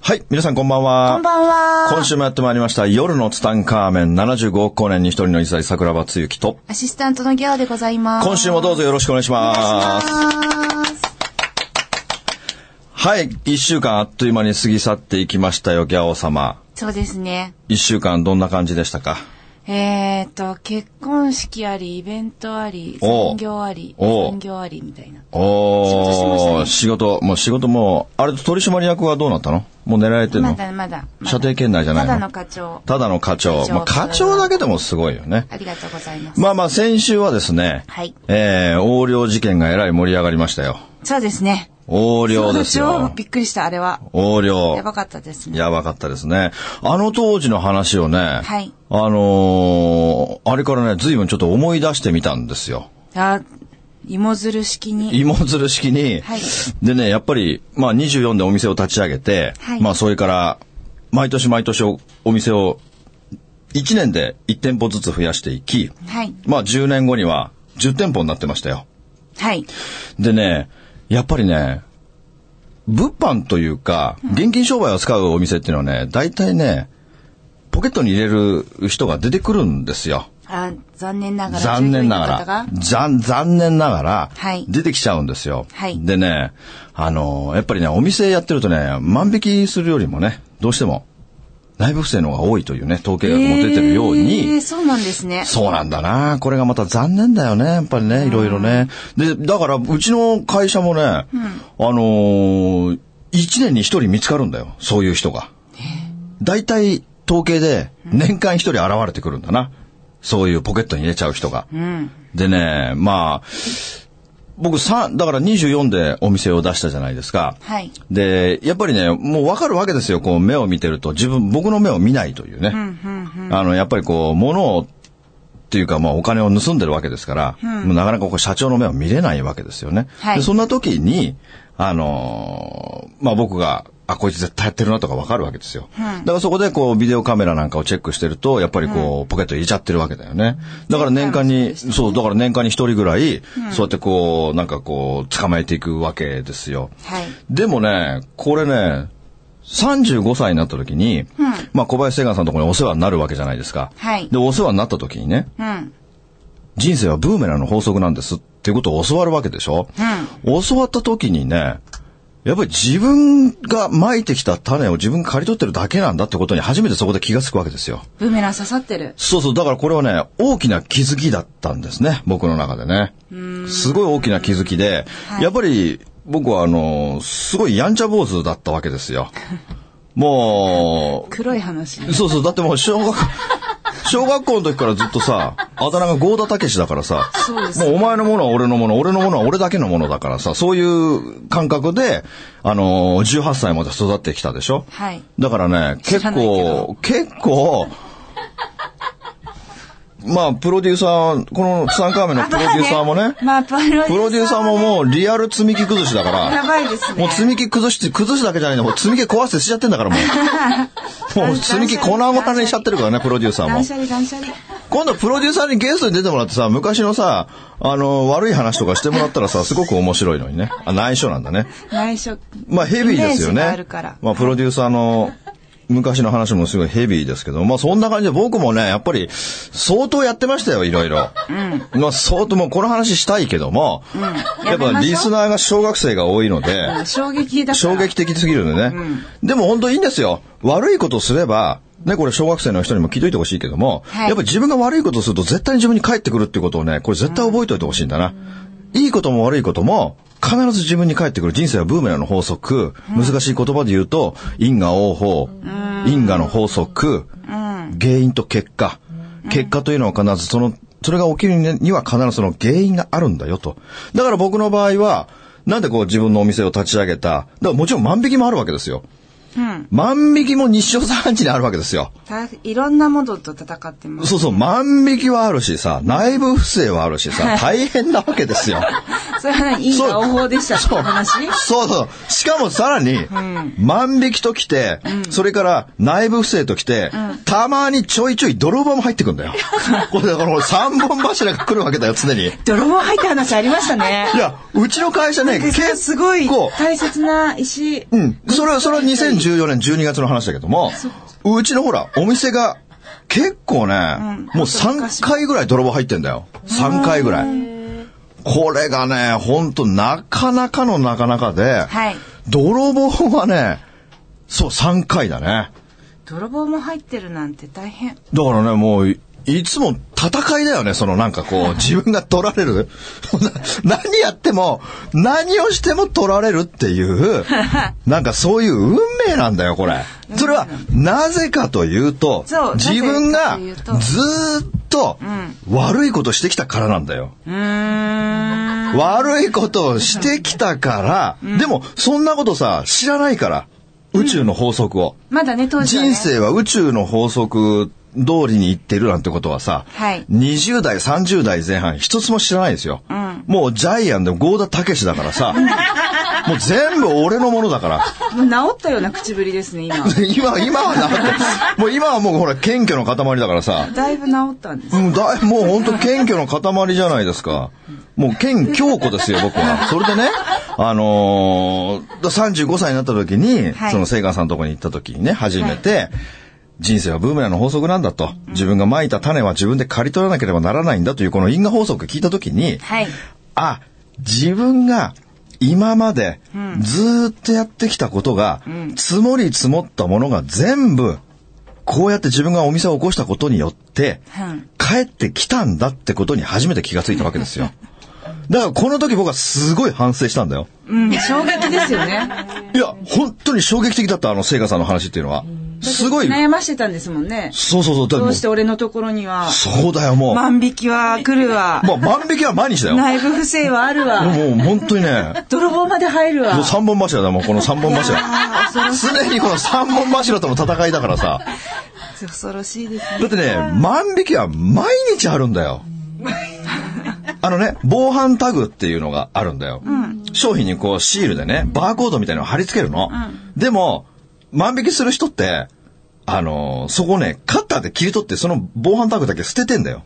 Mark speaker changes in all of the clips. Speaker 1: はい、皆さんこんばんは。
Speaker 2: こんばんは。
Speaker 1: 今週もやってまいりました、夜のツタンカーメン75億光年に一人の一歳桜庭つゆきと、
Speaker 3: アシスタントのギャオでございます。
Speaker 1: 今週もどうぞよろしくお願いします。はい、一週間あっという間に過ぎ去っていきましたよ、ギャオ様。
Speaker 3: そうですね。
Speaker 1: 一週間どんな感じでしたか
Speaker 3: えーと、結婚式あり、イベントあり、
Speaker 1: おう
Speaker 3: 産業あり、
Speaker 1: おう
Speaker 3: 産業ありみたいな。
Speaker 1: おー、
Speaker 3: 仕事しましたね
Speaker 1: 仕事、もう仕事もう、あれ取締役はどうなったのもう狙えてる
Speaker 3: ま
Speaker 1: の
Speaker 3: だまだ。まだ
Speaker 1: 射程圏内じゃないの
Speaker 3: ただの課長。
Speaker 1: ただの課長。
Speaker 3: 課長
Speaker 1: まあ、課長だけでもすごいよね。
Speaker 3: ありがとうございます。
Speaker 1: まあまあ、先週はですね、
Speaker 3: はい
Speaker 1: えー、横領事件がえらい盛り上がりましたよ。
Speaker 3: そうですね。
Speaker 1: 横領です
Speaker 3: そう
Speaker 1: よ
Speaker 3: 超。びっくりした、あれは。
Speaker 1: 横領
Speaker 3: や。ばかったですね。
Speaker 1: やばかったですね。あの当時の話をね、
Speaker 3: はい
Speaker 1: あのーあれからね、随分ちょっと思い出してみたんですよ。
Speaker 3: あ、芋づる式に。
Speaker 1: 芋づる式に、
Speaker 3: はい
Speaker 1: でね、やっぱり、まあ24でお店を立ち上げて、
Speaker 3: はい
Speaker 1: まあそれから、毎年毎年おお店を、1年で1店舗ずつ増やしていき、
Speaker 3: はい。
Speaker 1: まあ10年後には10店舗になってましたよ。
Speaker 3: はい。
Speaker 1: でね、やっぱりね、物販というか、現金商売を使うお店っていうのはね、大体ね、ポケットに入れる人が出てくるんですよ。
Speaker 3: あ、残念ながら。
Speaker 1: 残念なが
Speaker 3: 従業員の
Speaker 1: ら
Speaker 3: 方。
Speaker 1: 残、残念ながら
Speaker 3: はい、
Speaker 1: 出てきちゃうんですよ。
Speaker 3: はい
Speaker 1: でね、あのーやっぱりね、お店やってるとね、万引きするよりもね、どうしても、内部不正の方が多いというね、統計がもう出てるように、
Speaker 3: えーそうなんですね。
Speaker 1: そうなんだな。これがまた残念だよね。やっぱりね、いろいろね。で、だから、うちの会社もね、あのー、1年に1人見つかるんだよ。そういう人が。大体、統計で、年間1人現れてくるんだな。そういうポケットに入れちゃう人が。
Speaker 3: うん。
Speaker 1: でね、まあ、僕3、だから24でお店を出したじゃないですか。
Speaker 3: はい。
Speaker 1: で、やっぱりね、もうわかるわけですよ。こう目を見てると、自分、僕の目を見ないというね。あの、やっぱりこう、物を、っていうか、まあ、お金を盗んでるわけですから、もうなかなかこう、社長の目を見れないわけですよね。
Speaker 3: はい
Speaker 1: でそんな時に、あのーまあ、僕が、あ、こいつ絶対やってるなとかわかるわけですよ。だからそこでこう、ビデオカメラなんかをチェックしてると、やっぱりこう、ポケットに入れちゃってるわけだよね。だから年間に、そう、だから年間に一人ぐらい、そうやってこう、なんかこう、捕まえていくわけですよ。
Speaker 3: はい。
Speaker 1: でもね、これね、35歳になった時に、まあ小林聖願さんのところにお世話になるわけじゃないですか。
Speaker 3: はい
Speaker 1: で、お世話になった時にね、
Speaker 3: うん。
Speaker 1: 人生はブーメランの法則なんですっていうことを教わるわけでしょ、教わった時にね、やっぱり自分が蒔いてきた種を自分が刈り取ってるだけなんだってことに初めてそこで気がつくわけですよ。
Speaker 3: ブーメラン刺さってる。
Speaker 1: そうそう、だからこれはね、大きな気づきだったんですね、僕の中でね。すごい大きな気づきで、やっぱり僕はあの、すごいやんちゃ坊主だったわけです よ。も
Speaker 3: 黒い話。
Speaker 1: う、そうそう、だってもう小学、 小学校の時からずっとさ、あだ名がゴーダたけしだからさ、
Speaker 3: そうです
Speaker 1: もうお前のものは俺のもの、俺のものは俺だけのものだからさ、そういう感覚で、あの、18歳まで育ってきたでしょ
Speaker 3: はい。
Speaker 1: だからね、
Speaker 3: 知
Speaker 1: 結
Speaker 3: らないけ
Speaker 1: 構
Speaker 3: ど、
Speaker 1: 結構、まあ、プロデューサー、このツタンカーメンのプロデューサーもね、
Speaker 3: まあ、プロデューサーはね
Speaker 1: プロデューサーももうリアル積み木崩しだから、
Speaker 3: やばいですね。
Speaker 1: もう積み木崩して、崩すだけじゃないんだ、もう積み木壊してしちゃってんだからも う。もう積み木粉々にしちゃってるからね、プロデューサーも
Speaker 3: 断。捨離、断捨離。
Speaker 1: 今度プロデューサーにゲストに出てもらってさ、昔のさ、あの、悪い話とかしてもらったらさ、すごく面白いのにね。あ、内緒なんだね。
Speaker 3: 内緒。
Speaker 1: まあヘビーですよ
Speaker 3: イメージが
Speaker 1: ね
Speaker 3: あるから。。
Speaker 1: まあプロデューサーの昔の話もすごいヘビーですけど、まあそんな感じで僕もね、やっぱり相当やってましたよ、いろいろ。まあ相当もうこの話したいけども、やっぱリスナーが小学生が多いので、
Speaker 3: 衝撃だから。
Speaker 1: 衝撃的すぎるんでね。でも本当いいんですよ。悪いことすれば、ね、これ小学生の人にも聞いといてほしいけども、
Speaker 3: はい
Speaker 1: やっぱり自分が悪いことすると絶対に自分に返ってくるっていうことをね、これ絶対覚えておいてほしいんだな。いいことも悪いことも、必ず自分に返ってくる。人生はブーメランの法則。難しい言葉で言うと、因果応報、因果の法則、原因と結果。結果というのは必ずその、それが起きるには必ずその原因があるんだよと。だから僕の場合は、なんでこう自分のお店を立ち上げた。だからもちろん万引きもあるわけですよ。万引きも日照三時にあるわけですよ。
Speaker 3: 確さいろんなものと戦ってます。
Speaker 1: そうそう、万引きはあるしさ、内部不正はあるしさ、大変なわけですよ。
Speaker 3: それは何 いい
Speaker 1: そう
Speaker 3: 方法でしたって
Speaker 1: そう
Speaker 3: 話
Speaker 1: そうそう。しかもさらに、万引きときて、それから内部不正ときて、たまにちょいちょい泥棒も入ってくんだよ。 これだから三本柱が来るわけだよ、常に。
Speaker 3: 泥棒入った話ありましたね
Speaker 1: い。や、うちの会社ね、
Speaker 3: なんか
Speaker 1: 結構、
Speaker 3: すごい大切な石。
Speaker 1: うん。それは、それは2014年12月の話だけども、うちのほら、お店が、結構ね、もう3回ぐらい泥棒入ってんだよ。3回ぐらい。これがね、ほんとなかなかのなかなかで、
Speaker 3: はい
Speaker 1: 泥棒はね、そう、3回だね。
Speaker 3: 泥棒も入ってるなんて大変。
Speaker 1: だからね、もう、いいつも戦いだよね、そのなんかこう、 自分が取られる。 な何やっても、何をしても取られるって いう、なんかそういう運命なんだよ、これ。それは、なぜかというと、
Speaker 3: そう
Speaker 1: 自分が
Speaker 3: なぜかというと
Speaker 1: ずーっと悪いことしてきたからなんだよ。
Speaker 3: うーん。
Speaker 1: 悪いことをしてきたから、でも、そんなことさ、知らないから、宇宙の法則を。
Speaker 3: まだね、当時は、ね。
Speaker 1: 人生は宇宙の法則通りに行ってるなんてことはさ、
Speaker 3: はい
Speaker 1: 20代、30代前半一つも知らないですよ。
Speaker 3: ん
Speaker 1: もうジャイアンでもゴーダたけしだからさ、もう全部俺のものだから。
Speaker 3: もう治ったような口ぶりですね、今。
Speaker 1: 今、今はなって、もう今はもうほら謙虚の塊だからさ、
Speaker 3: だいぶ治ったんです。
Speaker 1: もうだいもう本当謙虚の塊じゃないですか。もう謙虚子ですよ、僕は。それでね、あのー、だ35歳になった時に、
Speaker 3: はい
Speaker 1: そのセイガンさんのとこに行った時にね、初めて、人生はブーメランの法則なんだと。自分が蒔いた種は自分で刈り取らなければならないんだというこの因果法則を聞いた時に、
Speaker 3: はい。
Speaker 1: あ、自分が今までずーっとやってきたことが、積もり積もったものが全部、こうやって自分がお店を起こしたことによって、
Speaker 3: うん
Speaker 1: 帰ってきたんだってことに初めて気がついたわけですよ。だからこの時僕はすごい反省したんだよ。
Speaker 3: うん、衝撃ですよね。
Speaker 1: いや、本当に衝撃的だった、あの、聖火さんの話っていうのは。すごい。
Speaker 3: 悩ましてたんですもんね。
Speaker 1: そうそうそう。だ
Speaker 3: ど
Speaker 1: も
Speaker 3: う
Speaker 1: う
Speaker 3: して俺のところには、
Speaker 1: そうだよ、もう。ま
Speaker 3: 万引きは来るわ、
Speaker 1: あ、万引きは毎日だよ。も
Speaker 3: 内部不正はあるわ、
Speaker 1: う本当にね、
Speaker 3: 泥棒まで入るわ
Speaker 1: もう。三本柱だよ、もうこの三本柱。
Speaker 3: あー恐ろしい
Speaker 1: 常にこの三本柱との戦いだからさ。
Speaker 3: 恐ろしいですね。
Speaker 1: だってね、万引きは毎日あるんだよ。あのね、防犯タグっていうのがあるんだよ。商品にこうシールでね、バーコードみたいなの貼り付けるの。でも、万引きする人って、あのーそこね、カッターで切り取ってその防犯タグだけ捨ててんだよ。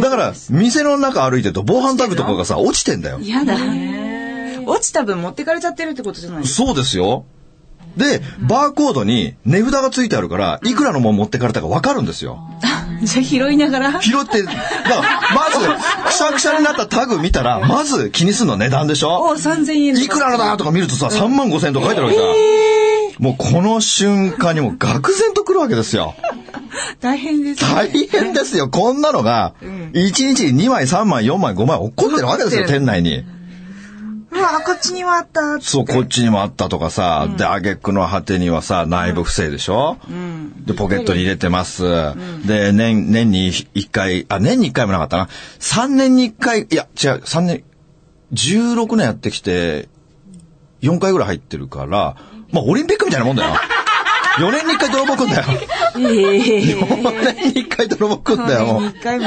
Speaker 1: だから、店の中歩いてると防犯タグとかがさ、落ちてんだよ。
Speaker 3: やだ。落ちた分持ってかれちゃってるってことじゃないですか。
Speaker 1: そうですよ。で、バーコードに値札がついてあるから、いくらのもん持ってかれたかわかるんですよ。
Speaker 3: じゃあ拾いながら。
Speaker 1: 拾って、だから、まず、くしゃくしゃになったタグ見たら、まず気にするのは値段でし
Speaker 3: お
Speaker 1: ょ
Speaker 3: う、3000円
Speaker 1: いくらのだとか見るとさ、3万5千とか書いてあるわけさ。もうこの瞬間にもう愕然とくるわけです よ。
Speaker 3: 大変です、ね。
Speaker 1: 大変ですよ。こんなのが、1日に2枚、3枚、4枚、5枚落っこってるわけですよ、
Speaker 3: 落っこっ
Speaker 1: 店
Speaker 3: て
Speaker 1: 内に。
Speaker 3: うわ、こっちにはあった。
Speaker 1: そう、こっちにもあったとかさ、で、挙句の果てにはさ、内部不正でしょ、で、ポケットに入れてます。で、年、年に一回、あ、年に一回もなかったな。3年に一回、いや、違う、3年、16年やってきて、4回ぐらい入ってるから、まあ、オリンピックみたいなもんだよ。4年に1回泥棒くんだよ。
Speaker 3: ええ
Speaker 1: 4年に1回泥棒くんだよ、もう。
Speaker 3: 一回も。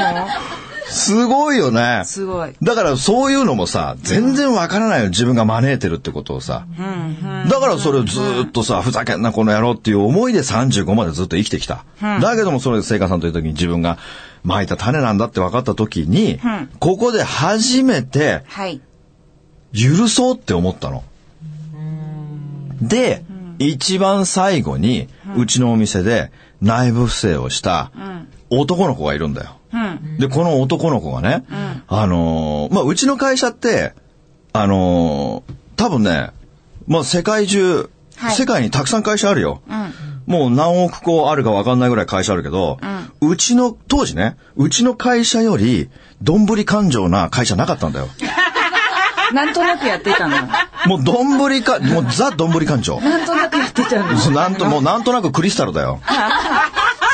Speaker 1: すごいよね。
Speaker 3: すごい。
Speaker 1: だからそういうのもさ、全然わからないよ。自分が招いてるってことをさ。だからそれをずーっとさ、ふざけんなこの野郎っていう思いで35までずっと生きてきた。だけどもそれで聖火さんという時に自分が撒いた種なんだって分かった時に、ここで初めて
Speaker 3: はい。
Speaker 1: 許そうって思ったの。で、一番最後に、うちのお店で内部不正をした男の子がいるんだよ。
Speaker 3: うん。
Speaker 1: で、この男の子がね、あのーまあ、うちの会社って、あのー多分ね、まあ、世界中、
Speaker 3: はい
Speaker 1: 世界にたくさん会社あるよ。もう何億個あるか分かんないぐらい会社あるけど、うちの、当時ね、うちの会社より、どんぶり感情な会社なかったん だよ。
Speaker 3: なんとなくやってたの。な
Speaker 1: もうどんぶりか、もうザどんぶり感情。
Speaker 3: んとなくやってたの。
Speaker 1: そうなんと、もうなんとなくクリスタルだよ。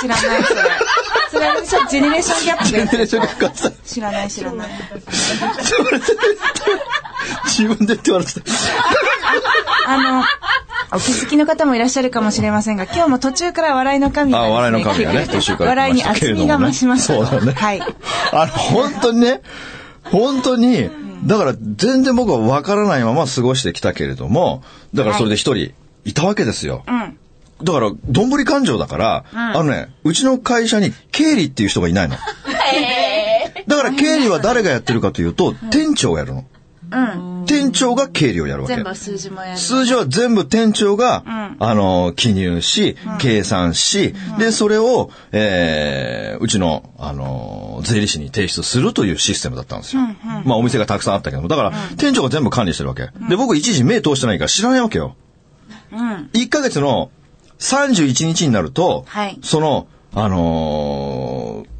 Speaker 3: 知らない、それ。それあれでしょ、ジェネレーションギャップです。 知らない、知らない。
Speaker 1: 自分でって言われてた。
Speaker 3: あの、お気づきの方もいらっしゃるかもしれませんが、今日も途中から笑いの神がです、
Speaker 1: あ
Speaker 3: ね、
Speaker 1: 笑いの神がね途中から
Speaker 3: 笑い
Speaker 1: 来ま
Speaker 3: に
Speaker 1: したけ
Speaker 3: 厚
Speaker 1: れどもね
Speaker 3: みが増しました。
Speaker 1: そうだね
Speaker 3: はい。
Speaker 1: あの、本当にね、本当に、だから全然僕は分からないまま過ごしてきたけれども、だからそれで一人いたわけですよ。
Speaker 3: うん。
Speaker 1: だから、どんぶり勘定だから、あのね、うちの会社に経理っていう人がいないの。だから経理は誰がやってるかというと、店長がやるの。
Speaker 3: うん。
Speaker 1: 店長が経理をやるわけ。
Speaker 3: 全部数字もやる。
Speaker 1: 数字は全部店長が、あの、記入し、計算し、で、それを、えー、うちの、あの、税理士に提出するというシステムだったんですよ。まあ、お店がたくさんあったけども、だから、店長が全部管理してるわけ。で、僕、一時目通してないから知らないわけよ。
Speaker 3: うん。
Speaker 1: 1ヶ月の31日になると、
Speaker 3: はい
Speaker 1: その、あのー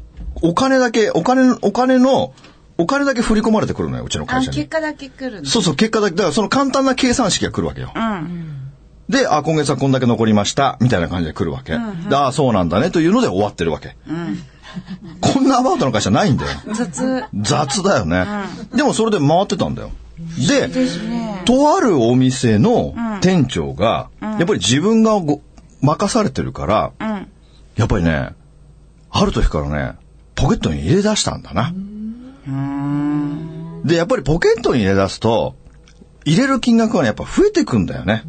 Speaker 1: お金だけ、お金、お金の、お金だけ振り込まれてくるのよ、うちの
Speaker 3: あ、
Speaker 1: 会社
Speaker 3: 結
Speaker 1: に。
Speaker 3: 果だけ来るの。
Speaker 1: そうそう、結果だけ、だからその簡単な計算式が来るわけよ。
Speaker 3: うん。
Speaker 1: で、あ、今月はこんだけ残りました、みたいな感じで来るわけ。であ、そうなんだね、というので終わってるわけ。こんなアバウトの会社ないんだよ。
Speaker 3: 雑。
Speaker 1: 雑だよね。でもそれで回ってたんだよ。で、
Speaker 3: ですね。
Speaker 1: とあるお店の店長が、やっぱり自分がご任されてるから、
Speaker 3: うん。
Speaker 1: やっぱりね、ある時からね、ポケットに入れ出したんだな。で、やっぱりポケットに入れ出すと、入れる金額がね、やっぱ増えてくんだよね。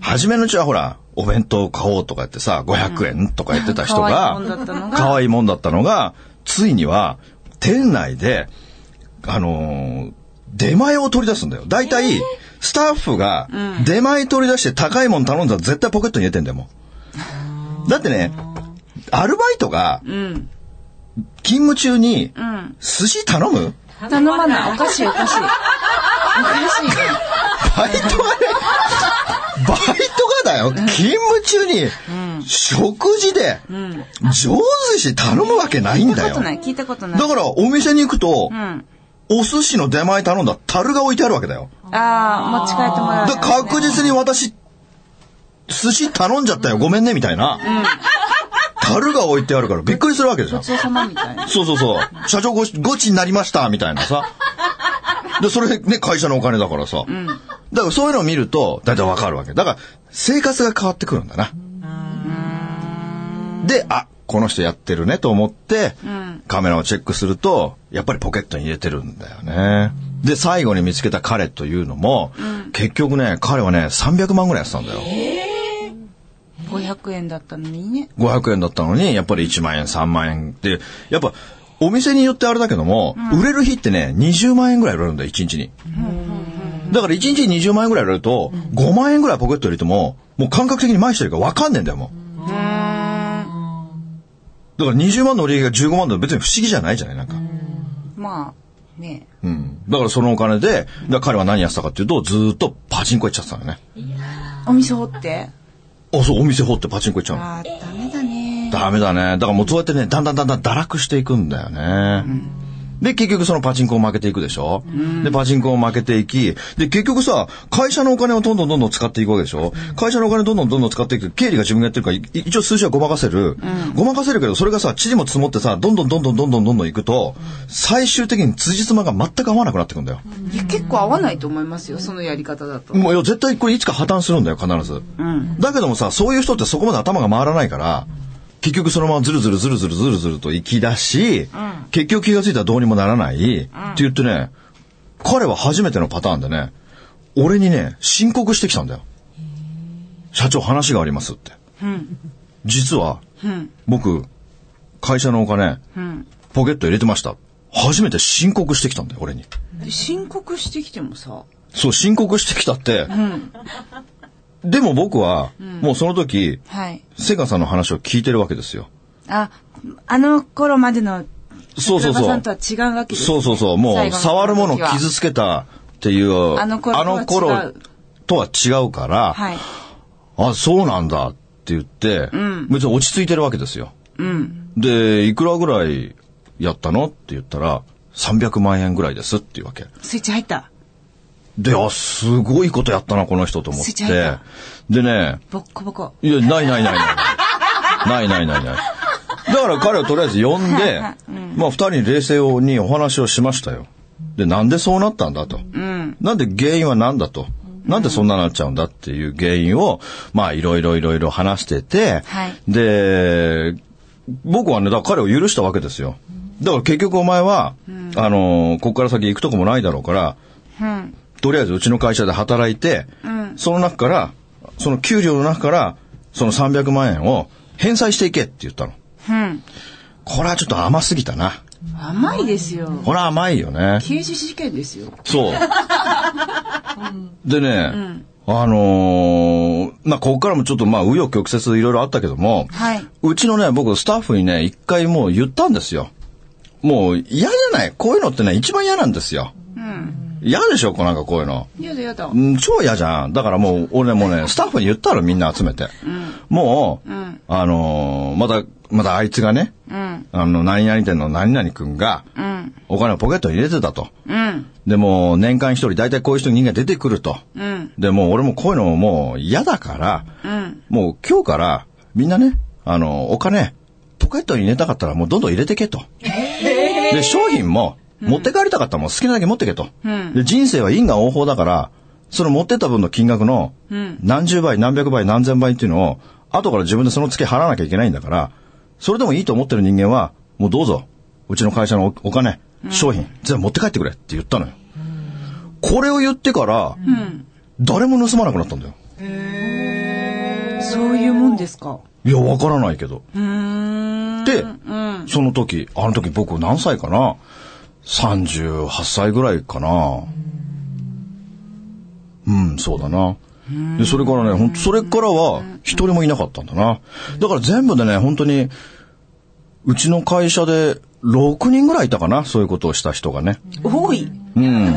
Speaker 1: 初めのうちはほら、お弁当買おうとか言ってさ、500円とか言ってた人が
Speaker 3: 可愛いもんだったの、が
Speaker 1: 可愛いもんだったのが、ついには、店内で、あのー出前を取り出すんだよ。大体、スタッフが、出前取り出して高いもん頼んだら絶対ポケットに入れてんだよ、もう。だってね、アルバイトが、
Speaker 3: うん。
Speaker 1: 勤務中に、
Speaker 3: うん。
Speaker 1: 寿司頼む
Speaker 3: 頼まない。おかしい、おかしい。おかしいね。
Speaker 1: バイトがね、バイトがだよ、勤務中に、食事で、上寿司頼むわけないん
Speaker 3: 聞い
Speaker 1: だ
Speaker 3: たこ
Speaker 1: よ。
Speaker 3: とな
Speaker 1: だ
Speaker 3: い、聞いたことない。
Speaker 1: から、お店に行くと
Speaker 3: う、ん。
Speaker 1: お寿司の出前頼んだ樽が置いてあるわけだよ。
Speaker 3: ああ、持ち帰ってもらう、
Speaker 1: だから確実に私、寿司頼んじゃったよ、ごめんね、みたいな。樽が置いてあるからびっくりするわけじゃん
Speaker 3: ごち。そうさまみたいな。
Speaker 1: そうそうそう。社長ごちごちになりました、みたいなさ。で、それね、会社のお金だからさ。だからそういうのを見ると、だいたいわかるわけ。だから、生活が変わってくるんだな。で、あ、この人やってるねと思って、カメラをチェックすると、やっぱりポケットに入れてるんだよね。で、最後に見つけた彼というのも、結局ね、彼はね、300万ぐらいやってたんだよ。
Speaker 3: 500円だったのにね。
Speaker 1: 500円だったのに、やっぱり1万円、3万円って、やっぱ、お店によってあれだけども、売れる日ってね、20万円ぐらい売れるんだよ、1日に。だから1日に20万円ぐらい売れると、5万円ぐらいポケット入れても、もう感覚的に毎日してるから分かんねえんだよ、もう。だから20万の売り上げが15万だと別に不思議じゃないじゃない、なんか。
Speaker 3: まあ、ね
Speaker 1: うん。だからそのお金で、だから彼は何やってたかっていうと、ずーっとパチンコ行っちゃってたのね。
Speaker 3: お店掘って。
Speaker 1: あ、そう、お店放ってパチンコ行っちゃうの。
Speaker 3: ああ、ダメだね。
Speaker 1: ダメだね。だからもうそうやってね、だんだんだんだん堕落していくんだよね。で、結局そのパチンコを負けていくでしょ、で、パチンコを負けていき、で、結局さ、会社のお金をどんどんどんどん使っていくわけでしょ、会社のお金どんどんどんどん使っていく。経理が自分がやってるから、い一応数字はごまかせる。ごまかせるけど、それがさ、地理も積もってさ、どんどんどんどんどんどんどんどんいくと、最終的に辻褄が全く合わなくなってくんだよ。
Speaker 3: いや、結構合わないと思いますよ、そのやり方だと。
Speaker 1: もういや絶対これいつか破綻するんだよ、必ず。
Speaker 3: ん
Speaker 1: だけどもさ、そういう人ってそこまで頭が回らないから、結局そのままずるずるずるずるずるずると行き出し、結局気がついたらどうにもならない、って言ってね、彼は初めてのパターンでね、俺にね、申告してきたんだよ。社長話がありますって。
Speaker 3: うん。
Speaker 1: 実は、
Speaker 3: うん。
Speaker 1: 僕、会社のお金、
Speaker 3: うん。
Speaker 1: ポケット入れてました。初めて申告してきたんだよ、俺に。
Speaker 3: 申告してきてもさ。
Speaker 1: そう、申告してきたって、
Speaker 3: うん。
Speaker 1: でも僕は、もうその時、
Speaker 3: はい。
Speaker 1: セガさんの話を聞いてるわけですよ。
Speaker 3: あ、あの頃までの、
Speaker 1: そうそうそう
Speaker 3: 桜庭さんとは違うわけですね
Speaker 1: そうそうそう、も
Speaker 3: 最
Speaker 1: う
Speaker 3: 後の
Speaker 1: 触るものを
Speaker 3: 時は
Speaker 1: 傷つけたっていう、
Speaker 3: あの頃とは違う
Speaker 1: 頃とは違うから、
Speaker 3: はい。
Speaker 1: あ、そうなんだって言って、
Speaker 3: ん
Speaker 1: 別に落ち着いてるわけですよ。
Speaker 3: うん。
Speaker 1: で、いくらぐらいやったのって言ったら、300万円ぐらいですっていうわけ。
Speaker 3: スイッチ入った。
Speaker 1: で、あ、すごいことやったな、この人と思っ
Speaker 3: スイッチ入
Speaker 1: て
Speaker 3: っ。
Speaker 1: でね、
Speaker 3: ボッコボコ。
Speaker 1: いや、ないないないない。ないないないない。だから彼をとりあえず呼んで、まあ二人に冷静にお話をしましたよ。で、なんでそうなったんだと。
Speaker 3: うん。
Speaker 1: なんで原因は何だと。なんでそんななっちゃうんだっていう原因を、まあ、いろいろいろいろ話してて、
Speaker 3: はい
Speaker 1: で、僕はね、だから彼を許したわけですよ。だから結局お前は、あの、こっから先行くとこもないだろうから、
Speaker 3: うん。
Speaker 1: とりあえずうちの会社で働いて、その中から、その給料の中から、その300万円を返済していけって言ったの。
Speaker 3: うん。
Speaker 1: これはちょっと甘すぎたな。
Speaker 3: 甘いですよ。
Speaker 1: これは甘いよね。
Speaker 3: 刑事事件ですよ。
Speaker 1: そう。でね、あのーまあ、ここからもちょっとまあ、紆余曲折いろいろあったけども、
Speaker 3: はい。
Speaker 1: うちのね、僕スタッフにね、一回もう言ったんですよ。もう嫌じゃないこういうのってね、一番嫌なんですよ。
Speaker 3: うん。
Speaker 1: 嫌でしょこうなんかこういうの。
Speaker 3: やだやだ。
Speaker 1: うん、超嫌じゃん。だからもう、俺ね、もうね、スタッフに言ったのみんな集めて。もう、
Speaker 3: ん
Speaker 1: あのーまた、またあいつがね、
Speaker 3: うん。
Speaker 1: あの、何々店の何々くんが、
Speaker 3: うん。
Speaker 1: お金をポケットに入れてたと。
Speaker 3: うん。
Speaker 1: でも、年間一人大体こういう人人間出てくると。
Speaker 3: うん。
Speaker 1: で、もう俺もこういうのももう嫌だから、
Speaker 3: うん。
Speaker 1: もう今日からみんなね、あの、お金、ポケットに入れたかったらもうどんどん入れてけと。で、商品も持って帰りたかったらもう好きなだけ持ってけと。
Speaker 3: うん
Speaker 1: で、人生は因果応報だから、その持ってった分の金額の
Speaker 3: うん
Speaker 1: 何十倍、何百倍、何千倍っていうのを、後から自分でその付け払わなきゃいけないんだから、それでもいいと思ってる人間は、もうどうぞ、うちの会社のおお金、商品、全部持って帰ってくれって言ったのよ。これを言ってから、
Speaker 3: うん。
Speaker 1: 誰も盗まなくなったんだよ。
Speaker 3: そういうもんですか。
Speaker 1: いや、わからないけど。
Speaker 3: うーん。
Speaker 1: で
Speaker 3: うん。
Speaker 1: その時、あの時僕何歳かな ?38 歳ぐらいかなうん、そうだな。で、それからね、ほんとそれからは一人もいなかったんだな。だから全部でね、本当に、うちの会社で6人ぐらいいたかなそういうことをした人がね。
Speaker 3: 多い。
Speaker 1: うん。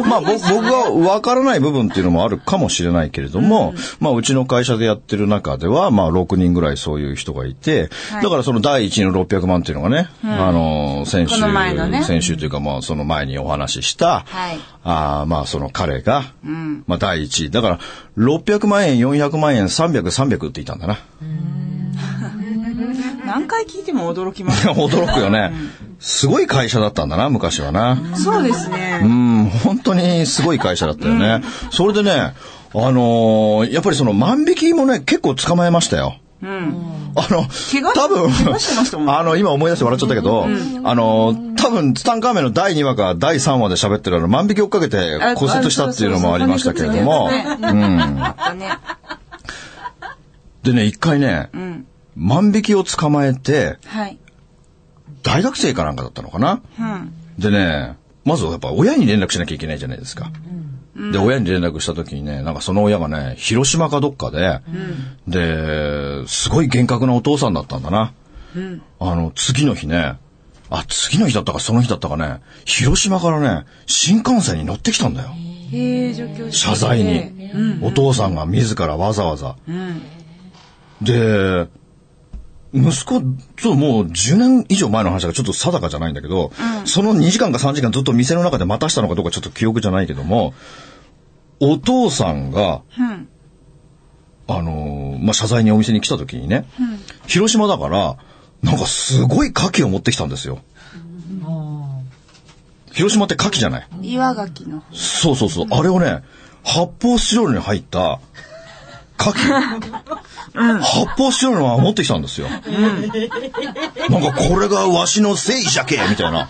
Speaker 1: まあ、ぼ僕は分からない部分っていうのもあるかもしれないけれども、まあ、うちの会社でやってる中では、まあ、6人ぐらいそういう人がいて、だからその第一の600万っていうのがね、あの、先週、
Speaker 3: この前のね
Speaker 1: 先週というか、まあ、その前にお話しした、
Speaker 3: はい
Speaker 1: あーまあ、その彼が、
Speaker 3: ん
Speaker 1: まあ、第一位。だから、600万円、400万円、300、300っていたんだな。
Speaker 3: 何回聞いても驚き ます。
Speaker 1: 驚くよね。すごい会社だったんだな、昔はな。
Speaker 3: そうですね。
Speaker 1: うん、本当にすごい会社だったよね。それでね、あのーやっぱりその万引きもね、結構捕まえましたよ。
Speaker 3: うん。
Speaker 1: あの、
Speaker 3: 怪我し
Speaker 1: 多分
Speaker 3: 怪我してましたもん
Speaker 1: あの、今思い出して笑っちゃったけど、あのー、多分、ツタンカーメンの第2話か第3話で喋ってるあの、万引き追っかけて
Speaker 3: あ
Speaker 1: 骨折したっていうのもありましたけれども
Speaker 3: そうそうそう、
Speaker 1: うん。
Speaker 3: あったね。
Speaker 1: でね、一回ね、
Speaker 3: うん。
Speaker 1: 万引きを捕まえて、
Speaker 3: はい。
Speaker 1: 大学生かなんかだったのかな
Speaker 3: うん。
Speaker 1: でね、まずやっぱ親に連絡しなきゃいけないじゃないですか。で、親に連絡した時にね、なんかその親がね、広島かどっかで、で、すごい厳格なお父さんだったんだな。あの、次の日ね、あ、次の日だったかその日だったかね、広島からね、新幹線に乗ってきたんだよ。
Speaker 3: へえ、状況
Speaker 1: 謝罪に。お父さんが自らわざわざ。
Speaker 3: うん。
Speaker 1: で、息子、ちょっともう10年以上前の話がちょっと定かじゃないんだけど、その2時間か3時間ずっと店の中で待たしたのかどうかちょっと記憶じゃないけども、お父さんが、
Speaker 3: うん。
Speaker 1: あのーまあ、謝罪にお店に来た時にね、広島だから、なんかすごい牡蠣を持ってきたんですよ。広島って牡蠣じゃない
Speaker 3: 岩垣の。
Speaker 1: そうそうそう。あれをね、発泡スチロールに入った、牡蠣。発泡スチロールのまま持ってきたんですよ。なんかこれがわしのせいじゃけみたいな。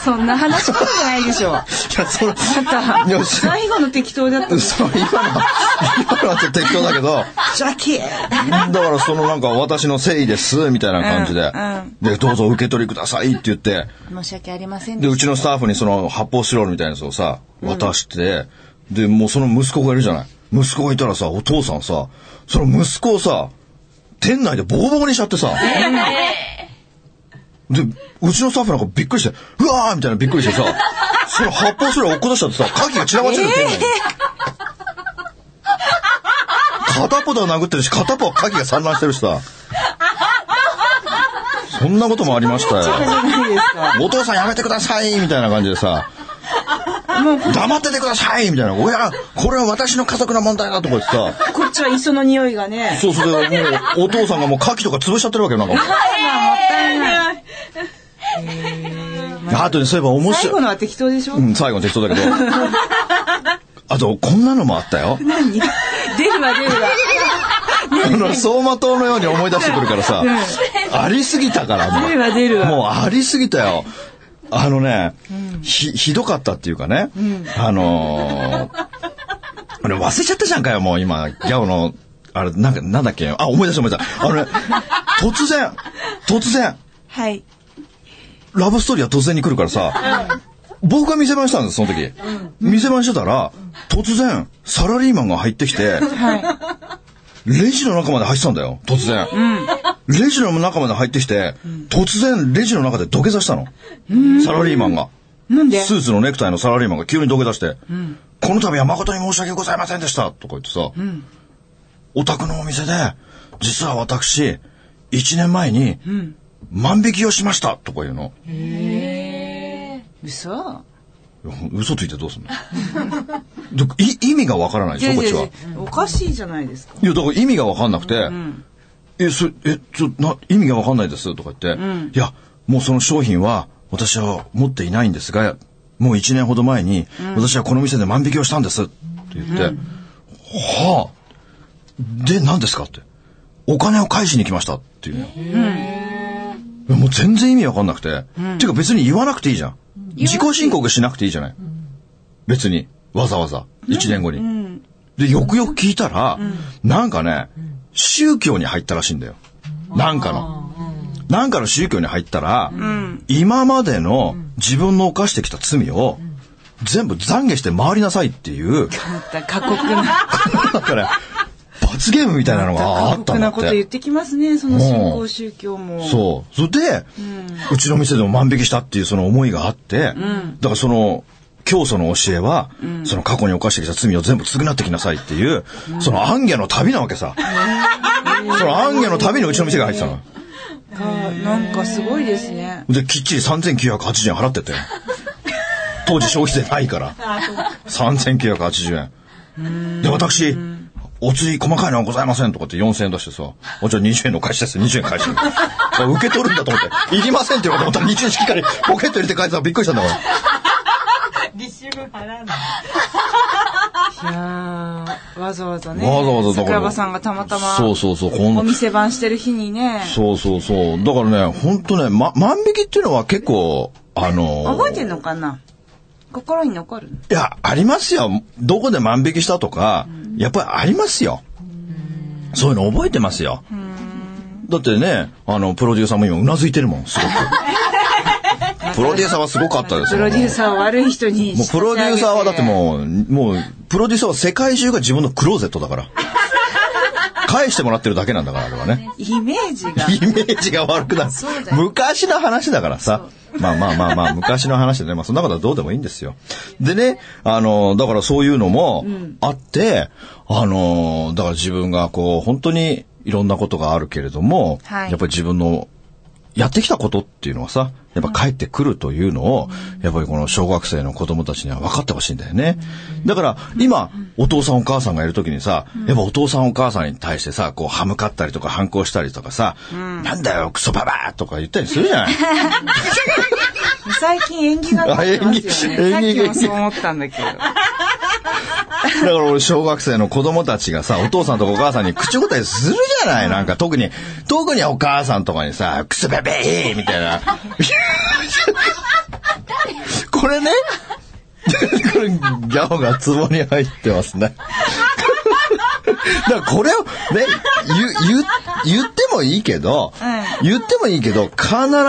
Speaker 3: そんな話っぽくないでしょ。あ
Speaker 1: いや、それ、
Speaker 3: ない
Speaker 1: やし
Speaker 3: 最後の適当だった。
Speaker 1: そう、今の、今のはちょっと適当だけど、
Speaker 3: ジャケ
Speaker 1: だからそのなんか私のせいです、みたいな感じで、
Speaker 3: う
Speaker 1: で、どうぞ受け取りくださいって言って、
Speaker 3: 申し訳ありません
Speaker 1: で、
Speaker 3: で
Speaker 1: う
Speaker 3: し
Speaker 1: ちのスタッフにその発泡スチロールみたいなやつをさ、渡して、で、もうその息子がいるじゃない。息子がいたらさ、お父さんさ、その息子をさ、店内でボコボコにしちゃってさ、で、うちのスタッフなんかびっくりして、うわーみたいなびっくりしてさ、その発泡スチロール落っことしちゃってさ、牡蠣が散らばってる店内に。片っぽでは殴ってるし、片っぽは牡蠣が散乱してるしさ、そんなこともありましたよ。
Speaker 3: たじゃないですか。
Speaker 1: お父さんやめてくださいみたいな感じでさ、黙っててくださいみたいな。親、これは私の家族の問題だとか言ってさ、
Speaker 3: こっちは磯の匂いがね。
Speaker 1: そうそれでもう、お父さんがもう牡蠣とか潰しちゃってるわけよ、なんか。
Speaker 3: まあもったいない。
Speaker 1: あとね、そういえば面
Speaker 3: 最後
Speaker 1: 白い。
Speaker 3: のは適当でしょ
Speaker 1: うん、最後の適当だけど。あと、こんなのもあったよ。
Speaker 3: 何出るわ出るわ。
Speaker 1: あの、走馬灯のように思い出してくるからさ、ありすぎたからも
Speaker 3: 出るわ出る
Speaker 1: う。
Speaker 3: わ。
Speaker 1: もうありすぎたよ。あのね、ひ、ひどかったっていうかね、あのー、俺忘れちゃったじゃんかよ、もう今、ギャオの、あれ、なんか、なんだっけあ、思い出した思い出した。あのね、突然、突然、
Speaker 3: はい。
Speaker 1: ラブストーリーは突然に来るからさ、僕が店番したんです、その時。店番してたら、突然、サラリーマンが入ってきて、
Speaker 3: は
Speaker 1: レジの中まで入ってたんだよ、突然。レジの中まで入ってきて、突然、レジの中で土下座したの。サラリーマンが。
Speaker 3: い。なんで
Speaker 1: スーツのネクタイのサラリーマンが急に土下座して、この度は誠に申し訳ございませんでした、とか言ってさ、お宅のお店で、実は私、1年前に、万引きをしました、とか言うの。
Speaker 3: 嘘
Speaker 1: 嘘ついてどうすんの でい意味がわからないでしょ、こっちは。
Speaker 3: おかしいじゃないですか。
Speaker 1: いや、だから意味がわかんなくて、え、それ、え、ちょ、な、意味がわかんないです、とか言って、いや、もうその商品は私は持っていないんですが、もう1年ほど前に、私はこの店で万引きをしたんです、って言って、はあ、で、何ですかって。お金を返しに来ましたっていうのよいやもう全然意味わかんなくて。ていうか別に言わなくていいじゃん。自己申告しなくていいじゃない。別に、わざわざ、1年後に。で、よくよく聞いたら、なんかね、宗教に入ったらしいんだよ。なんかの。なんかの宗教に入ったら、今までの自分の犯してきた罪を、全部懺悔して回りなさいって いう、
Speaker 3: また過酷 な、
Speaker 1: だから、罰ゲームみたいなのがあ
Speaker 3: 過
Speaker 1: った
Speaker 3: 酷
Speaker 1: んだ
Speaker 3: な
Speaker 1: っ。
Speaker 3: こと言っててきますね、その信仰宗教も。
Speaker 1: そう。それで、うちの店でも万引きしたっていうその思いがあって、だからその、教祖の教えは、その過去に犯してきた罪を全部償ってきなさいっていう、その暗夜の旅なわけさ。その暗夜の旅にうちの店が入ってたの。
Speaker 3: かなんかすごいですね。
Speaker 1: で、きっちり3980円払ってたよ。当時消費税ないから。3980円。で、私、お釣り細かいのはございませんとかって4000円出してさ、あ、じゃあ20円の返しです、20円返して。 あ受け取るんだと思って、いりませんって言われたら20円しっかりポケット入れて返したらびっくりしたんだから。
Speaker 3: いやーわざわざね。
Speaker 1: わざわざだから
Speaker 3: 桜庭さんがたまたま、
Speaker 1: そうそうそう、こん
Speaker 3: お店番してる日にね、
Speaker 1: そうそうそう。だからね、ほんとね、ま、万引きっていうのは結構、あのー
Speaker 3: 覚えてんのかな心に残る
Speaker 1: いや、ありますよ。どこで万引きしたとか、やっぱりありますよ。そういうの覚えてますよ。だってね、あの、プロデューサーも今うなずいてるもん、すご く。プロデューサーはすごかったです
Speaker 3: プ
Speaker 1: よ。
Speaker 3: ロデューサーを悪い人に
Speaker 1: もうプロデューサーはだってもう、もう、プロデューサーは世界中が自分のクローゼットだ から。返してもらってるだけなんだから、あれはね。
Speaker 3: イメージが
Speaker 1: イメージが悪くなる
Speaker 3: そうだ。よ
Speaker 1: 昔の話だからさ。まあまあまあま あ、昔の話でね、まあそんなことはどうでもいいんですよ。でね、あの、だからそういうのもあって、あの、だから自分がこう、本当にいろんなことがあるけれども、
Speaker 3: はい
Speaker 1: やっぱり自分のやってきたことっていうのはさ、やっぱ帰ってくるというのを、やっぱりこの小学生の子供たちには分かってほしいんだよね。だから今、お父さんお母さんがいるときにさ、やっぱお父さんお母さんに対してさ、こう歯向かったりとか反抗したりとかさ、なんだよ、クソババーとか言ったりするじゃない
Speaker 3: 最近縁起が出てます よねさ
Speaker 1: あ縁
Speaker 3: っ
Speaker 1: 起
Speaker 3: きもそう思ったんだけど
Speaker 1: だから俺小学生の子供たちがさ、お父さんとかお母さんに口答えするじゃないなんか特に、特にお母さんとかにさ、クソババーみたいな。これね、これギャオが壺に入ってますね。だからこれをね、言、言、言ってもいいけど、言ってもいいけど、必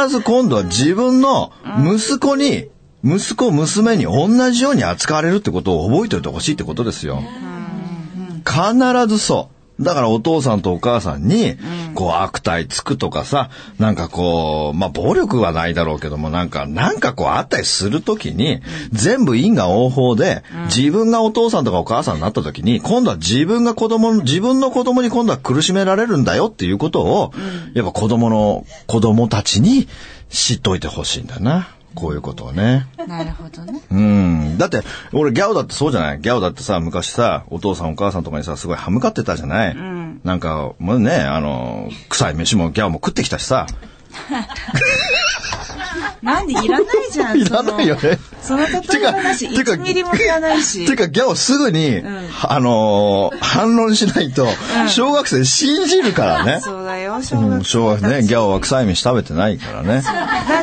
Speaker 1: ず今度は自分の息子に、息子、娘に同じように扱われるってことを覚えておいてほしいってことですよ。必ずそう。だからお父さんとお母さんに、こう悪態つくとかさ、なんかこう、まあ暴力はないだろうけども、なんか、なんかこうあったりするときに、全部因果応報で、自分がお父さんとかお母さんになったときに、今度は自分が子供の、自分の子供に今度は苦しめられるんだよっていうことを、やっぱ子供の、子供たちに知っといてほしいんだな。こういうことをね。
Speaker 3: なるほどね
Speaker 1: うん。だって、俺ギャオだってそうじゃないギャオだってさ、昔さ、お父さんお母さんとかにさ、すごい歯向かってたじゃない、なんか、もうね、あの、臭い飯もギャオも食ってきたしさ、
Speaker 3: なんでいらないじゃ ん
Speaker 1: いらないよね
Speaker 3: そのその例
Speaker 1: て
Speaker 3: え
Speaker 1: か、
Speaker 3: 話、
Speaker 1: てか、
Speaker 3: 1ミリもいらないし。
Speaker 1: てか、ギャオすぐに、あのー反論しないと、小学生信じるからね。
Speaker 3: そうだよ、小
Speaker 1: うん
Speaker 3: 学
Speaker 1: 小学生ね、ギャオは臭い飯食べてないからね。
Speaker 3: だ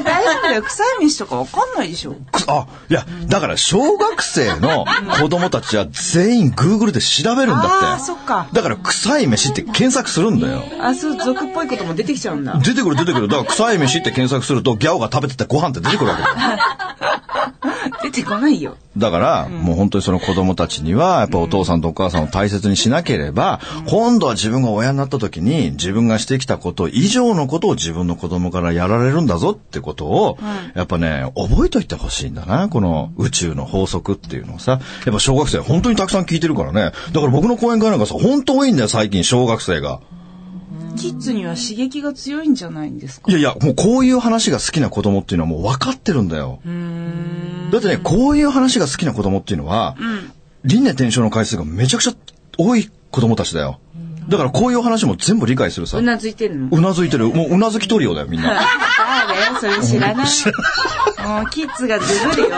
Speaker 3: 大丈夫だよ、臭い飯とかわかんないでしょ。
Speaker 1: くあ、いや、だから小学生の子供たちは全員 Google で調べるんだって。
Speaker 3: ああ、そっか。
Speaker 1: だから臭い飯って検索するんだよ。
Speaker 3: あ、そう、俗っぽいことも出てきちゃうんだ。
Speaker 1: 出てくる出てくる。だから臭い飯って検索するとギャオが食べてたご飯って出てくるわけだよ。
Speaker 3: 出てこないよ。
Speaker 1: だから、もう本当にその子供たちには、やっぱお父さんとお母さんを大切にしなければ、今度は自分が親になった時に、自分がしてきたこと以上のことを自分の子供からやられるんだぞってことを、やっぱね、覚えといてほしいんだな、この宇宙の法則っていうのをさ。やっぱ小学生、本当にたくさん聞いてるからね。だから僕の講演会なんかさ、本当多いんだよ、最近、小学生が。
Speaker 3: キッズには刺激が強いんじゃないんですか
Speaker 1: いやいや、もうこういう話が好きな子供っていうのはもう分かってるんだよ。だってね、こういう話が好きな子供っていうのは、輪廻転生の回数がめちゃくちゃ多い子供たちだよ。だからこういう話も全部理解するさ。
Speaker 3: うなずいてるの
Speaker 1: うなずいてる。もううなずきトリオだよ、みんな。
Speaker 3: ああだよ、それ知らない。もうキッズがググるよ。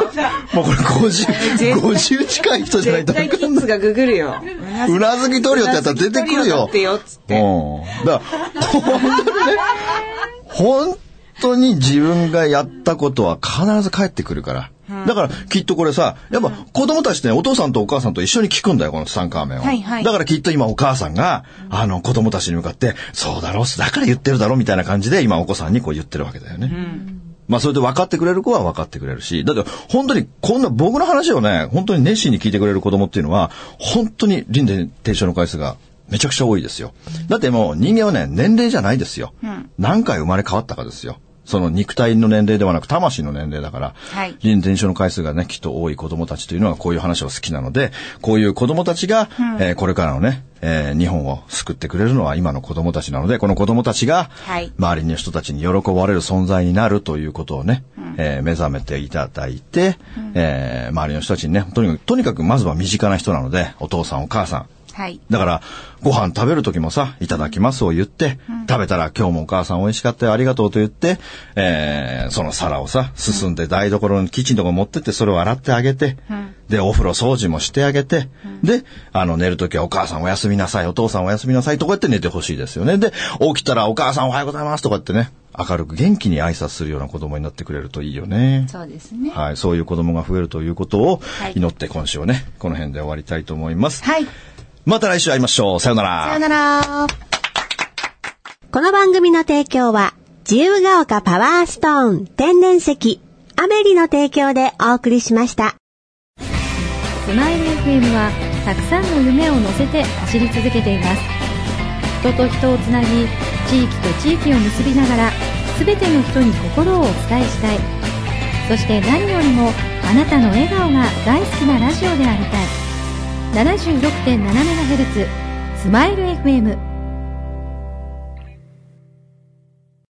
Speaker 1: もうこれ50、
Speaker 3: 絶対
Speaker 1: 50近い人じゃないと
Speaker 3: 絶
Speaker 1: 分
Speaker 3: 対
Speaker 1: か
Speaker 3: キ
Speaker 1: ん
Speaker 3: ッ
Speaker 1: ない。
Speaker 3: ズがググるよ。
Speaker 1: うなずきトリオってやったら出てくるよ。
Speaker 3: うなずきトリオだってよっつって
Speaker 1: うん。だから、本当にね、本当に自分がやったことは必ず帰ってくるから。だから、きっとこれさ、やっぱ子供たちってね、お父さんとお母さんと一緒に聞くんだよ、このツタンカーメンを。
Speaker 3: はいはい
Speaker 1: だからきっと今お母さんが、あの、子供たちに向かって、そうだろ、だから言ってるだろ、みたいな感じで今お子さんにこう言ってるわけだよね。まあそれで分かってくれる子は分かってくれるし、だって本当にこんな僕の話をね、本当に熱心に聞いてくれる子供っていうのは、本当に輪廻転生の回数がめちゃくちゃ多いですよ。だってもう人間はね、年齢じゃないですよ。何回生まれ変わったかですよ。その肉体の年齢ではなく魂の年齢だから、
Speaker 3: はい
Speaker 1: 輪廻転生の回数がね、きっと多い子供たちというのはこういう話を好きなので、こういう子供たちが、えーこれからのね、えー日本を救ってくれるのは今の子供たちなので、この子供たちが、
Speaker 3: はい
Speaker 1: 周りの人たちに喜ばれる存在になるということをね、えー目覚めていただいて、えー周りの人たちにね、とにかく、とにかくまずは身近な人なので、お父さんお母さん、
Speaker 3: はい。
Speaker 1: だから、ご飯食べる時もさ、いただきますを言って、食べたら今日もお母さん美味しかったよ、ありがとうと言って、えー、その皿をさ、進んで台所のキッチンとか持ってって、それを洗ってあげて、で、お風呂掃除もしてあげて、で、あの、寝る時はお母さんおやすみなさい、お父さんおやすみなさいとこうやって寝てほしいですよね。で、起きたらお母さんおはようございますとかってね、明るく元気に挨拶するような子供になってくれるといいよね。
Speaker 3: そうですね。
Speaker 1: はい、そういう子供が増えるということを
Speaker 3: はい
Speaker 1: 祈って今週はね、この辺で終わりたいと思います。
Speaker 3: はい。
Speaker 1: また来週会いましょう。さようなら。
Speaker 3: さよなら。
Speaker 4: この番組の提供は、自由が丘パワーストーン天然石、アメリの提供でお送りしました。
Speaker 5: スマイル FM はたくさんの夢を乗せて走り続けています人と人をつなぎ地域と地域を結びながら全ての人に心をお伝えしたいそして何よりもあなたの笑顔が大好きなラジオでありたい 76.7MHz スマイル FM